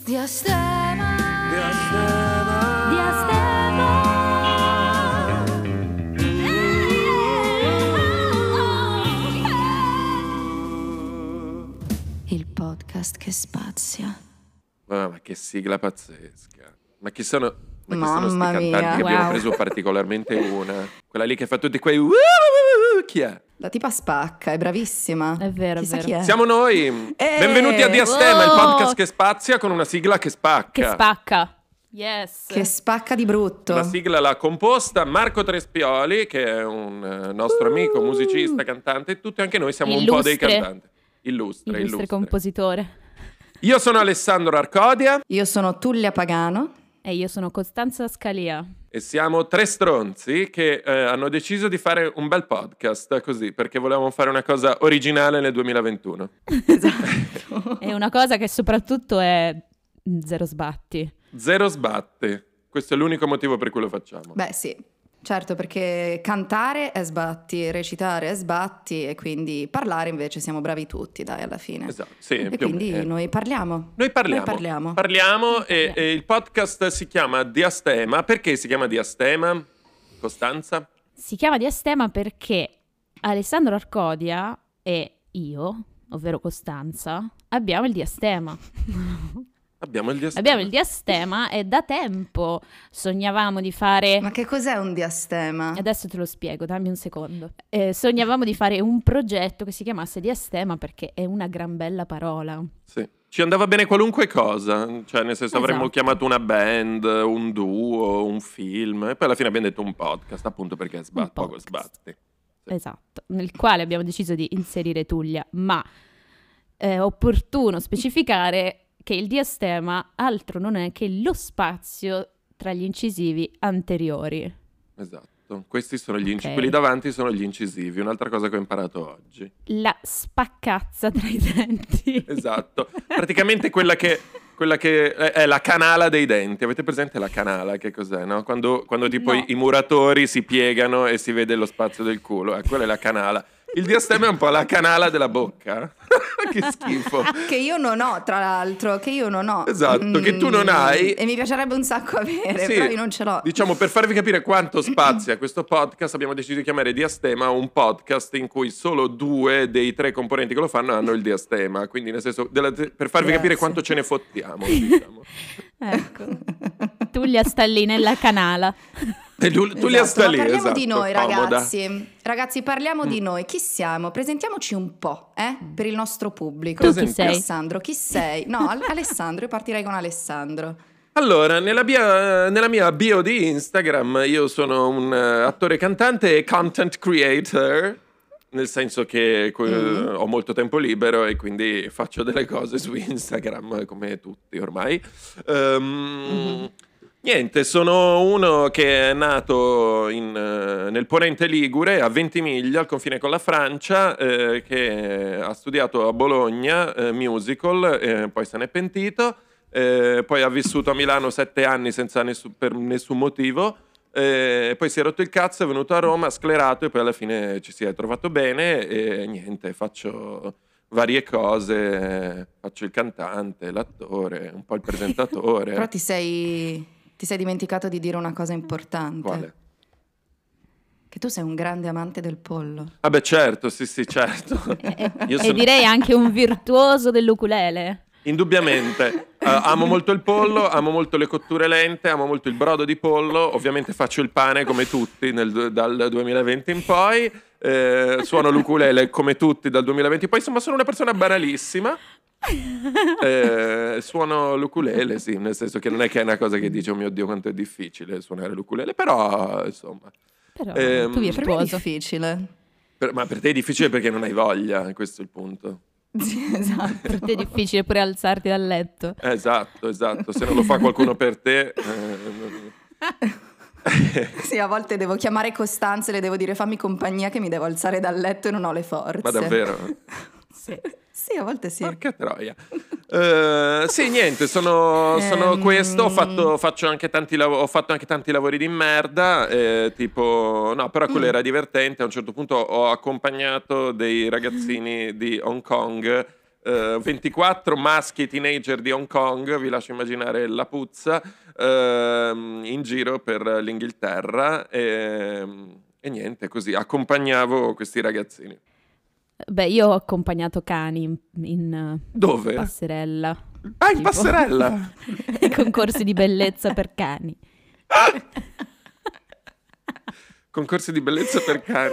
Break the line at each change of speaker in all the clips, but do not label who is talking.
Diastema,
Diastema,
diastema. Il podcast che spazia.
Ah, ma che sigla pazzesca. Ma chi sono, ma chi sono sti
Mamma
cantanti
mia.
che abbiamo
Wow.
preso particolarmente una? Quella lì che fa tutti quei... "Uh, uh, uh, uh", Chi è?
La tipa spacca, è bravissima.
È vero, è
Chissà
vero.
chi è.
Siamo noi!
Eh,
Benvenuti a Diastema, il
oh.
podcast che spazia con una sigla che spacca.
Che spacca. Yes.
Che spacca di brutto.
La sigla l'ha composta Marco Trespioli, che è un eh, nostro amico,
Uh.
musicista, cantante, e tutti anche noi siamo un po' dei
Illustre.
cantanti. Illustre,
Illustre
illustre.
compositore.
Io sono Alessandro Arcodia
Io sono Tullia Pagano.
E io sono Costanza Scalia.
e siamo tre stronzi che eh, hanno deciso di fare un bel podcast così, perché volevamo fare una cosa originale nel 2021.
Esatto.
È una cosa che soprattutto è zero sbatti.
Zero sbatte. Questo è l'unico motivo per cui lo facciamo.
Beh, sì. Certo, perché cantare è sbatti, recitare è sbatti e quindi parlare invece siamo bravi tutti, dai, alla fine.
Esatto, sì,
E
più o
quindi
meno.
noi parliamo.
Noi parliamo.
Noi parliamo.
Parliamo e, e il podcast si chiama Diastema. Perché si chiama Diastema? Costanza?
Si chiama diastema perché Alessandro Arcodia e io, ovvero Costanza, abbiamo il diastema.
Abbiamo il diastema.
abbiamo il diastema e da tempo sognavamo di fare
Ma che cos'è un
Ah.
diastema?
Adesso te lo spiego, dammi un secondo. Eh, sognavamo di fare un progetto che si chiamasse Diastema perché è una gran bella parola.
Sì. Ci andava bene qualunque cosa, cioè nel senso avremmo
Esatto.
chiamato una band, un duo, un film e poi alla fine abbiamo detto un podcast appunto perché sba-
Un
poco
podcast.
sbatti. Sì.
Esatto, nel quale abbiamo deciso di inserire Tuglia, ma è opportuno specificare che il diastema altro non è che lo spazio tra gli incisivi anteriori.
Esatto, questi sono gli incisivi,
Ok.
quelli davanti sono gli incisivi, un'altra cosa che ho imparato oggi.
La spaccazza tra i denti.
Esatto, praticamente quella che, quella che eh, è, è la canala dei denti, avete presente la canala che cos'è? No? Quando, quando tipo
No.
i, i muratori si piegano e si vede lo spazio del culo, eh, quella è la canala. Il diastema è un po' la canala della bocca, che schifo.
Che io non ho, tra l'altro, che io non ho.
Esatto, che tu non hai.
E mi piacerebbe un sacco avere,
Sì,
però io non ce l'ho.
Diciamo, per farvi capire quanto spazio ha questo podcast, abbiamo deciso di chiamare Diastema un podcast in cui solo due dei tre componenti che lo fanno hanno il diastema. Quindi, nel senso, della- per farvi
Grazie.
capire quanto ce ne fottiamo, diciamo.
Ecco, Tuglia sta lì nella canala.
E tu, tu li
Esatto,
sta
ma
lì,
parliamo
esatto,
di noi,
comoda. Mm.
ragazzi. Ragazzi, parliamo di noi. Chi siamo? Presentiamoci un po', eh? Per il nostro pubblico.
Tu chi
Presenti-
sei?
Alessandro, chi sei? No, Al- Alessandro, io partirei con Alessandro.
Allora, nella mia, nella mia bio di Instagram io sono un eh, attore cantante e content creator, nel senso che que-
Mm.
ho molto tempo libero e quindi faccio delle cose su Instagram eh, come tutti ormai. Ehm,
Mhm.
Niente, sono uno che è nato in, eh, nel ponente Ligure, a Ventimiglia, al confine con la Francia, eh, che ha studiato a Bologna eh, musical, eh, poi se n'è pentito, eh, poi ha vissuto a Milano sette anni senza nessu- per nessun motivo, eh, poi si è rotto il cazzo, è venuto a Roma, sclerato e poi alla fine ci si è trovato bene e niente, faccio varie cose, faccio il cantante, l'attore, un po' il presentatore.
Però ti sei, ti sei dimenticato di dire una cosa importante.
Quale?
Che tu sei un grande amante del pollo.
Ah beh certo, sì sì certo. Io
E
sono-
direi anche un virtuoso dell'ukulele.
Indubbiamente. Eh, amo molto il pollo, amo molto le cotture lente, amo molto il brodo di pollo, ovviamente faccio il pane come tutti nel- dal 2020 in poi, eh, suono l'ukulele come tutti dal 2020 in poi, insomma sono una persona banalissima, eh, suono l'ukulele sì, nel senso che non è che è una cosa che dice oh mio Dio quanto è difficile suonare l'ukulele, però insomma,
Però
Ehm,
tu
Per me è
virtuoso.
difficile.
Per- ma per te è difficile perché non hai voglia, questo è il punto.
Sì, esatto.
Per te è difficile pure alzarti dal letto.
Eh, Esatto, esatto. Se non lo fa qualcuno per te, eh, non-
Sì, a volte devo chiamare Costanza e le devo dire fammi compagnia che mi devo alzare dal letto e non ho le forze.
ma davvero.
Sì.
Sì, a volte sì.
Porca troia. Eh, sì, niente, sono, sono
Ehm.
questo. Ho fatto, faccio anche tanti, lav- ho fatto anche tanti lavori di merda. eh, tipo, no, però
Mm.
quello era divertente. A un certo punto ho accompagnato dei ragazzini di Hong Kong. eh, 24 maschi teenager di Hong Kong, vi lascio immaginare la puzza, ehm, in giro per l'Inghilterra ehm, e niente, così accompagnavo questi ragazzini.
Beh, io ho accompagnato cani in, in, eh,
Dove?
passerella.
ah, in
tipo.
passerella!
Eh.
Ai concorsi di bellezza per cani.
Concorsi di bellezza per cani.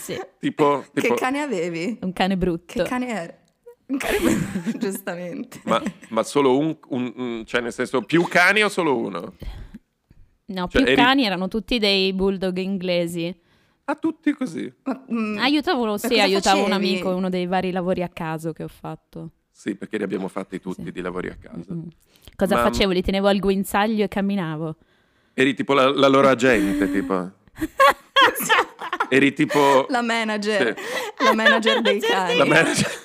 Sì,
Tipo, tipo-
Che cane avevi?
un cane
Che
brutto.
cane era? Un cane giustamente.
ma, ma solo un, un- un- cioè nel senso, più cani o solo uno?
No,
Cioè,
più
eri-
cani erano tutti dei bulldog inglesi.
A tutti così.
Ma, mm,
Aiutavo, sì,
cosa
aiutavo un
facevi?
amico, in uno dei vari lavori a caso che ho fatto.
Sì, perché li abbiamo fatti tutti
Sì.
di lavori a casa.
Mm. Cosa
Ma-
facevo? Li tenevo al guinzaglio e camminavo.
Eri tipo la, la loro agente, tipo. Eri tipo
La
la,
manager.
Sì.
La manager dei cani.
manager.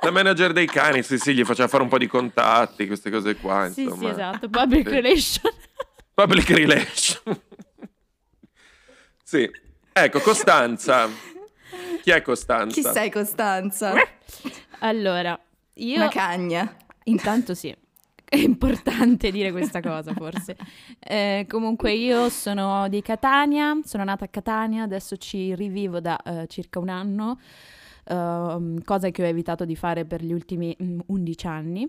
la manager dei cani, sì, sì, gli faceva fare un po' di contatti, queste cose qua,
Sì,
Ah, insomma.
sì, esatto, public
Sì.
relation.
Public relation. sì. Ecco, Costanza. Chi è Costanza?
Chi sei Costanza?
Allora, io
Una cagna.
intanto sì, è importante dire questa cosa forse. Eh, comunque io sono di Catania, sono nata a Catania, adesso ci rivivo da eh, circa un anno, ehm, cosa che ho evitato di fare per gli ultimi mm, 11 anni.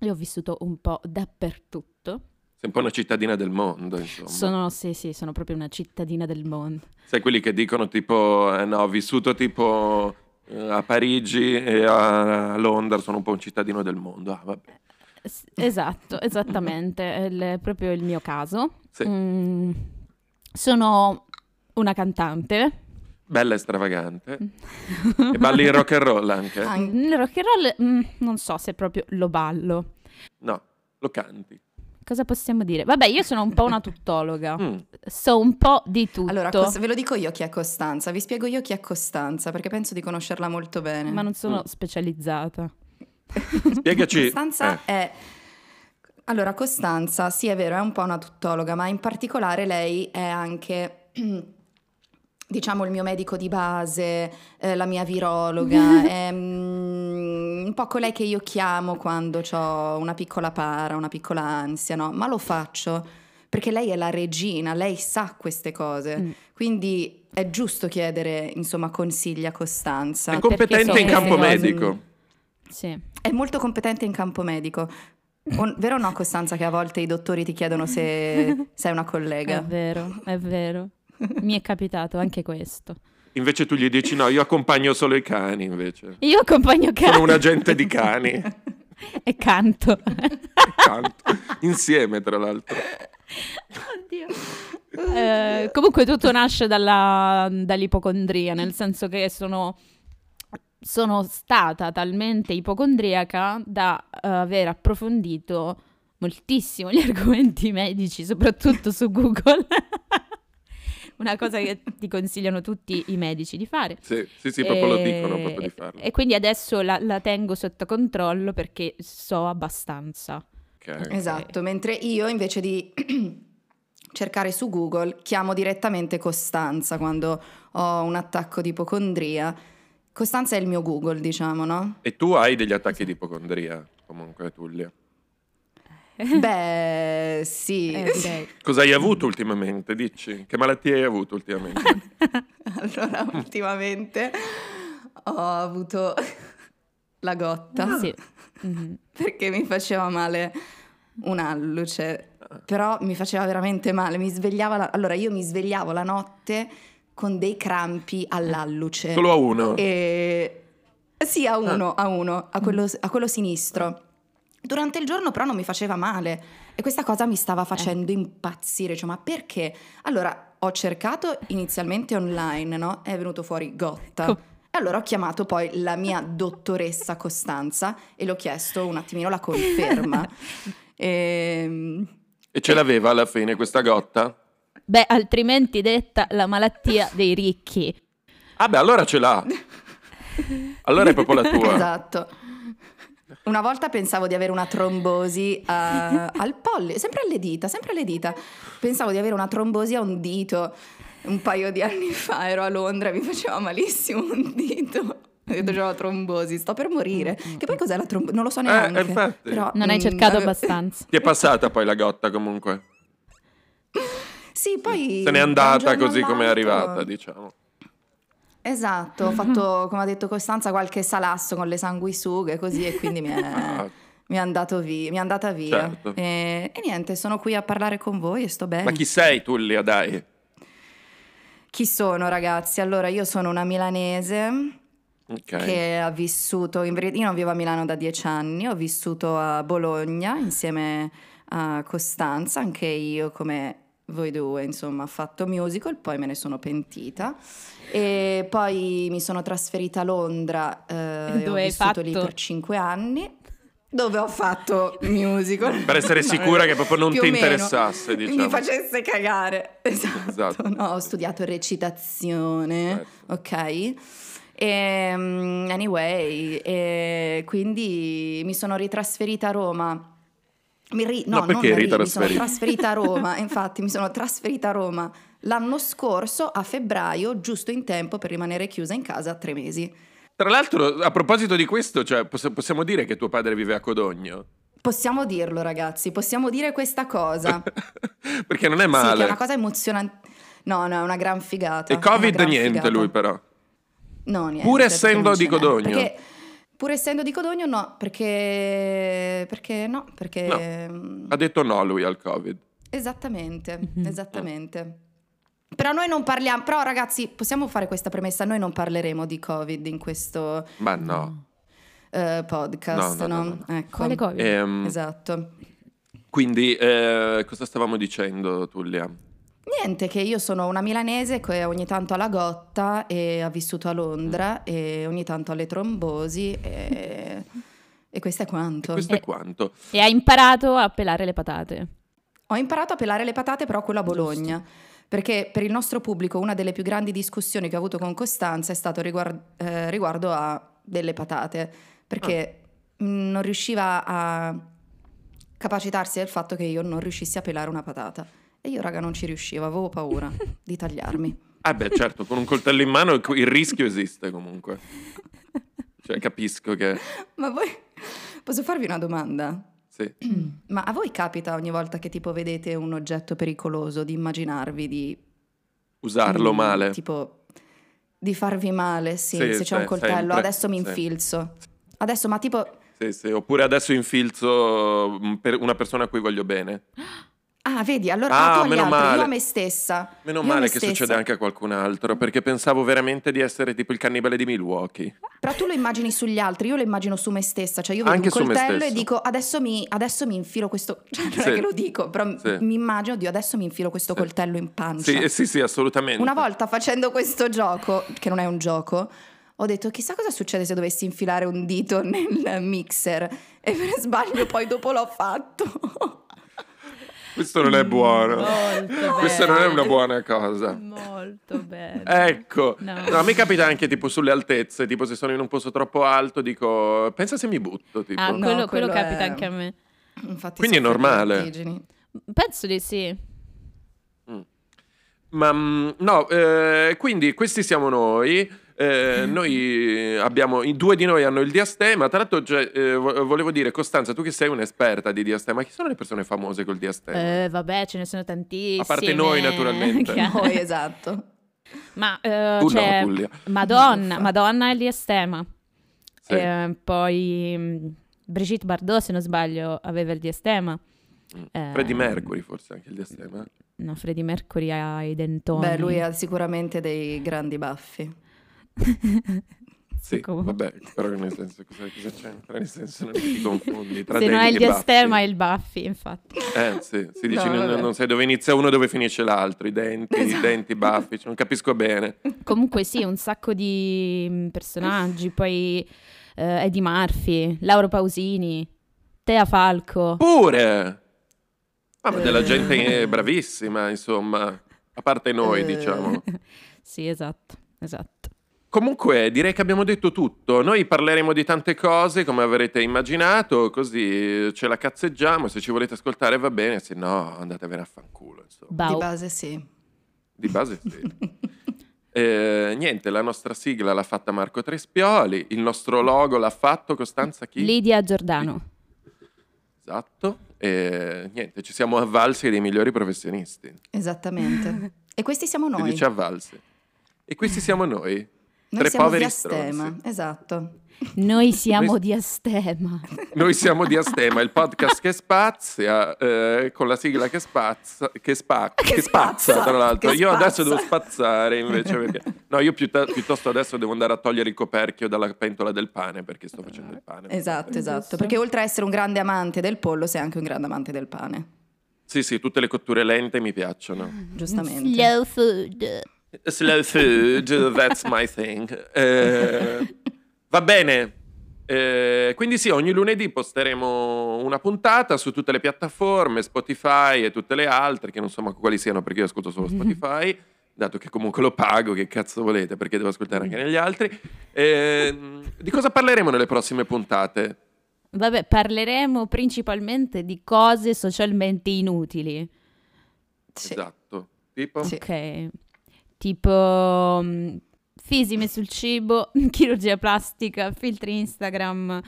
Io ho vissuto un po' dappertutto.
Sei un po' una cittadina del mondo, insomma.
Sono, sì, sì, sono proprio una cittadina del mondo.
Sai quelli che dicono tipo, eh, no, ho vissuto tipo eh, a Parigi e a Londra, sono un po' un cittadino del mondo. Ah, vabbè.
S- Esatto, esattamente, è il- proprio il mio caso.
Sì.
Mm, sono una cantante.
Bella e stravagante.
Mm.
E balli il rock and roll anche?
Anche.
Il rock and roll mm, non so se proprio lo ballo.
No, lo canti.
Cosa possiamo dire? Vabbè, io sono un po' una tuttologa.
Mm.
So un po' di tutto,
Allora, cos- ve lo dico io chi è Costanza, vi spiego io chi è Costanza, perché penso di conoscerla molto bene.
ma non
Mm.
sono specializzata.
Spiegaci.
Costanza
eh,
è... Allora, Costanza, sì è vero, è un po' una tuttologa, ma in particolare lei è anche, diciamo, il mio medico di base, eh, la mia virologa, è mm, un po' colei che io chiamo quando ho una piccola para, una piccola ansia, no? Ma lo faccio perché lei è la regina, lei sa queste cose,
Mm.
quindi è giusto chiedere, insomma, consigli a Costanza.
è
perché so
competente in
queste
campo
cose.
medico.
Sì.
È molto competente in campo medico. O- vero o no, Costanza, che a volte i dottori ti chiedono se sei una
È
collega?
vero, è vero. Mi è capitato anche questo.
Invece tu gli dici no, io accompagno solo i cani invece.
Io accompagno
Sono
cani
un agente di cani.
e canto.
Canto. Insieme, tra l'altro.
Oddio. Eh, comunque tutto nasce dalla- dall'ipocondria, nel senso che sono, sono stata talmente ipocondriaca da eh, aver approfondito moltissimo gli argomenti medici, soprattutto su Google. Una cosa che ti consigliano tutti i medici di fare.
Sì, sì, sì, proprio lo
E-
dicono proprio
Eh,
di farlo.
E quindi adesso la, la tengo sotto controllo perché so abbastanza.
Ok.
Esatto, mentre io invece di cercare su Google chiamo direttamente Costanza quando ho un attacco di ipocondria. Costanza è il mio Google, diciamo, no?
E tu hai degli
esatto.
attacchi di ipocondria, comunque, Tullia.
Beh, sì.
Eh, direi.
Cosa hai avuto ultimamente? Dici, che malattie hai avuto ultimamente?
Allora, ultimamente ho avuto la gotta.
Sì. Mhm.
perché mi faceva male un'alluce, però mi faceva veramente male, mi svegliava la- allora io mi svegliavo la notte con dei crampi all'alluce.
Solo a uno.
Eh. E... eh, Sì, a uno, a uno, a quello, a quello sinistro. Durante il giorno però non mi faceva male e questa cosa mi stava facendo impazzire, cioè ma perché? Allora ho cercato inizialmente online, no? È venuto fuori Gotta.
Com-
e allora ho chiamato poi la mia dottoressa Costanza e le ho chiesto un attimino la conferma. Ehm,
E ce l'aveva alla fine questa gotta?
Beh, altrimenti detta la malattia dei ricchi.
Ah beh, allora ce l'ha. Allora è proprio la tua.
Esatto. Una volta pensavo di avere una trombosi a- al pollice, sempre alle dita, sempre alle dita. Pensavo di avere una trombosi a un dito. Un paio di anni fa ero a Londra e mi faceva malissimo un dito. Ho detto già la trombosi, sto per morire. Che poi cos'è la trombosi? Non lo so
Eh,
neanche.
infatti.
Però,
Mm, Non hai
mm,
cercato
avevo-
abbastanza.
Ti è passata poi la gotta comunque.
Sì, poi...
Se n'è
da un
andata
giorno
così come è
all'altro-
arrivata, diciamo.
Esatto, ho fatto, come ha detto Costanza, qualche salasso con le sanguisughe così e quindi mi è,
Ah,
mi è andato vi- mi è andata via.
Certo.
E, e niente, sono qui a parlare con voi e sto bene.
ma chi sei Tullia, dai?
Chi sono ragazzi? Allora, io sono una milanese
Ok.
che ha vissuto, in verità io non vivo a Milano da dieci anni, ho vissuto a Bologna insieme a Costanza, anche io come voi due, insomma, ho fatto musical, poi me ne sono pentita e poi mi sono trasferita a Londra eh, e ho
Dove hai
vissuto lì
fatto?
per cinque anni. Dove ho fatto musical.
Per essere sicura che proprio non
più
ti
o meno.
interessasse, diciamo.
Mi facesse cagare. Esatto.
Esatto.
No, ho studiato recitazione
Certo.
ok? E, mm, anyway, e quindi mi sono ritrasferita a Roma. Mi ri- no,
Ma perché
non mi ri- mi sono
ritrasferita?
trasferita a Roma, infatti mi sono trasferita a Roma l'anno scorso a febbraio, giusto in tempo per rimanere chiusa in casa tre mesi.
Tra l'altro, a proposito di questo, cioè, poss- possiamo dire che tuo padre vive a Codogno?
Possiamo dirlo ragazzi, possiamo dire questa cosa.
Perché non è
Sì, che
male.
è una cosa emozionante. No, no, è una gran figata.
e
è una
Covid
gran
niente
figata.
lui però.
No, niente,
Pur
perché
essendo
non ce
di
n'è.
Codogno.
Perché- pur essendo di Codogno, no, perché, perché no, perché mm,
Ha detto no lui al Covid.
esattamente, esattamente. Però noi non parliamo, però ragazzi, possiamo fare questa premessa, noi non parleremo di Covid in questo
Ma no.
eh, podcast,
No,
no?
no, no, no,
Ecco.
Quale cosa?
Ehm,
Esatto.
quindi, eh, cosa stavamo dicendo, Tullia?
Niente, che io sono una milanese che ogni tanto ha la gotta e ha vissuto a
Mm.
Londra e ogni tanto ha le trombosi e, e questo è quanto.
Questo è
Eh.
quanto.
E hai imparato a pelare le patate.
Ho imparato a pelare le patate però quello a Bologna, perché per il nostro pubblico una delle più grandi discussioni che ho avuto con Costanza è stato riguard- eh, riguardo a delle patate, perché mh, non riusciva a capacitarsi del fatto che io non riuscissi a pelare una patata. E io raga non ci riuscivo, avevo paura di tagliarmi.
Ah beh, certo, con un coltello in mano il il rischio esiste comunque. Cioè, capisco che...
Ma voi posso farvi una domanda?
Sì.
Ma a voi capita ogni volta che tipo vedete un oggetto pericoloso di immaginarvi di
Usarlo
Mm,
male.
Tipo di farvi male, sì,
Sì,
se c'è un
se-
coltello,
sempre,
adesso mi
sempre.
infilzo. Adesso, ma tipo,
Sì, sì. Oppure adesso infilzo mm, per una persona a cui voglio bene.
ah, vedi, allora
Ah,
ah, tu agli
meno
altri,
male.
io a me stessa.
Meno
io a
male
me
che
stessa.
succede anche a qualcun altro, perché pensavo veramente di essere tipo il cannibale di Milwaukee.
Però tu lo immagini sugli altri, io lo immagino su me stessa, cioè io vedo
Anche
un
su me
coltello e
stesso.
dico adesso mi, adesso mi infilo questo, cioè non
Sì.
è che lo dico, però
Sì.
mi immagino, Dio, adesso mi infilo questo
Sì.
coltello in pancia.
Sì, eh, sì, sì, assolutamente.
Una volta facendo questo gioco, che non è un gioco, ho detto chissà cosa succede se dovessi infilare un dito nel mixer e per sbaglio poi dopo l'ho fatto.
Questo non è buono.
Molto
Questa non
bello.
è una buona cosa.
Molto bene.
Ecco,
No.
No, a me capita anche tipo sulle altezze, tipo se sono in un posto troppo alto dico, pensa se mi butto, tipo.
Ah,
No,
quello, quello
quello
capita
è-
anche a me.
Infatti
Quindi è
soffro di
normale.
vertigini.
Penso di sì.
Ma mm, no, eh, quindi questi siamo noi.
Mm.
Eh, noi abbiamo, i due di noi hanno il diastema. Tra l'altro, cioè, eh, vo- volevo dire, Costanza, tu che sei un'esperta di diastema, chi sono le persone famose col diastema?
Eh, vabbè, ce ne sono tantissime.
A parte noi, naturalmente.
Chiaro.
Poi, esatto.
Ma eh,
Tu no,
c'è
Giulia.
Madonna, Madonna e l'estema.
Sì.
poi mm, Brigitte Bardot, se non sbaglio, aveva il diastema. eh,
Mm. Freddie Mercury, forse anche il diastema.
No, Freddie Mercury ha i dentoni.
Beh, lui ha sicuramente dei grandi baffi.
Sì,
Comunque.
vabbè, però nel senso, cosa, cosa c'entra? Nel senso, non ti confondi. Tra
Se non
denti
hai il
e baffi.
diastema, hai il baffi, infatti.
Eh, sì, si dice
No,
non-
vabbè.
non sai dove inizia uno e dove finisce l'altro, i denti, i
Esatto.
denti, i baffi, cioè, non capisco bene.
Comunque sì, un sacco di mm, personaggi, poi eh, Eddie Murphy, Lauro Pausini, Tea Falco.
Pure! Ah, ma della
Eh.
gente eh, bravissima, insomma, a parte noi,
Eh.
diciamo.
Sì, esatto, esatto.
Comunque, direi che abbiamo detto tutto. Noi parleremo di tante cose, come avrete immaginato, così eh, ce la cazzeggiamo. Se ci volete ascoltare va bene, se no andatevene a fanculo, insomma.
Di
Bau.
base sì.
Di base sì. Eh, niente, la nostra sigla l'ha fatta Marco Trespioli, il nostro logo l'ha fatto Costanza Chi?
Lidia Giordano.
Esatto. E niente, ci siamo avvalsi dei migliori professionisti.
Esattamente. E questi siamo
Si
noi.
dice avvalsi. E questi siamo noi.
noi
diciamo tre
siamo
poveri
diastema,
stronzi.
esatto.
Noi siamo
Noi-
di Astema.
Noi siamo di Astema, il podcast che spazia, eh, con la sigla che spazza, che, spa-
Che
che spazza,
spazza,
tra l'altro.
che
Io
spazza.
adesso devo spazzare invece perché... No, io piutta- piuttosto adesso devo andare a togliere il coperchio dalla pentola del pane perché sto facendo il pane.
Esatto,
Giusto.
esatto. Perché oltre a essere un grande amante del pollo, sei anche un grande amante del pane.
Sì, sì, tutte le cotture lente mi piacciono.
Giustamente.
Slow food.
Slow food, that's my thing. Eh, va bene. Eh, quindi sì, ogni lunedì posteremo una puntata su tutte le piattaforme, Spotify e tutte le altre, che non so manco quali siano perché io ascolto solo
Mm-hmm.
Spotify, dato che comunque lo pago, che cazzo volete, perché devo ascoltare anche negli altri. Eh, di cosa parleremo nelle prossime puntate?
Vabbè, parleremo principalmente di cose socialmente inutili.
Sì.
Esatto. Tipo?
Sì.
Ok. Tipo mm, fisime sul cibo, chirurgia plastica, filtri Instagram,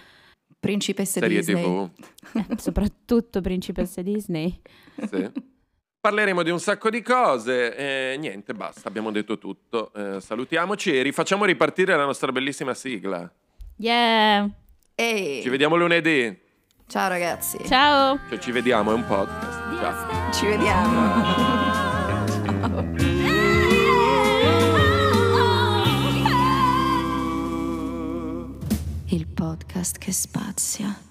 Principesse
Serie
Disney.
TV.
eh, soprattutto principessa Disney.
Sì. Parleremo di un sacco di cose. eh, niente, basta, abbiamo detto tutto. Eh, salutiamoci e rifacciamo ripartire la nostra bellissima sigla.
Yeah!
Ehi,
Ci vediamo lunedì.
ciao ragazzi.
Ciao!
Cioè, ci vediamo, è un podcast. Ciao.
Ci vediamo.
Il podcast che spazia.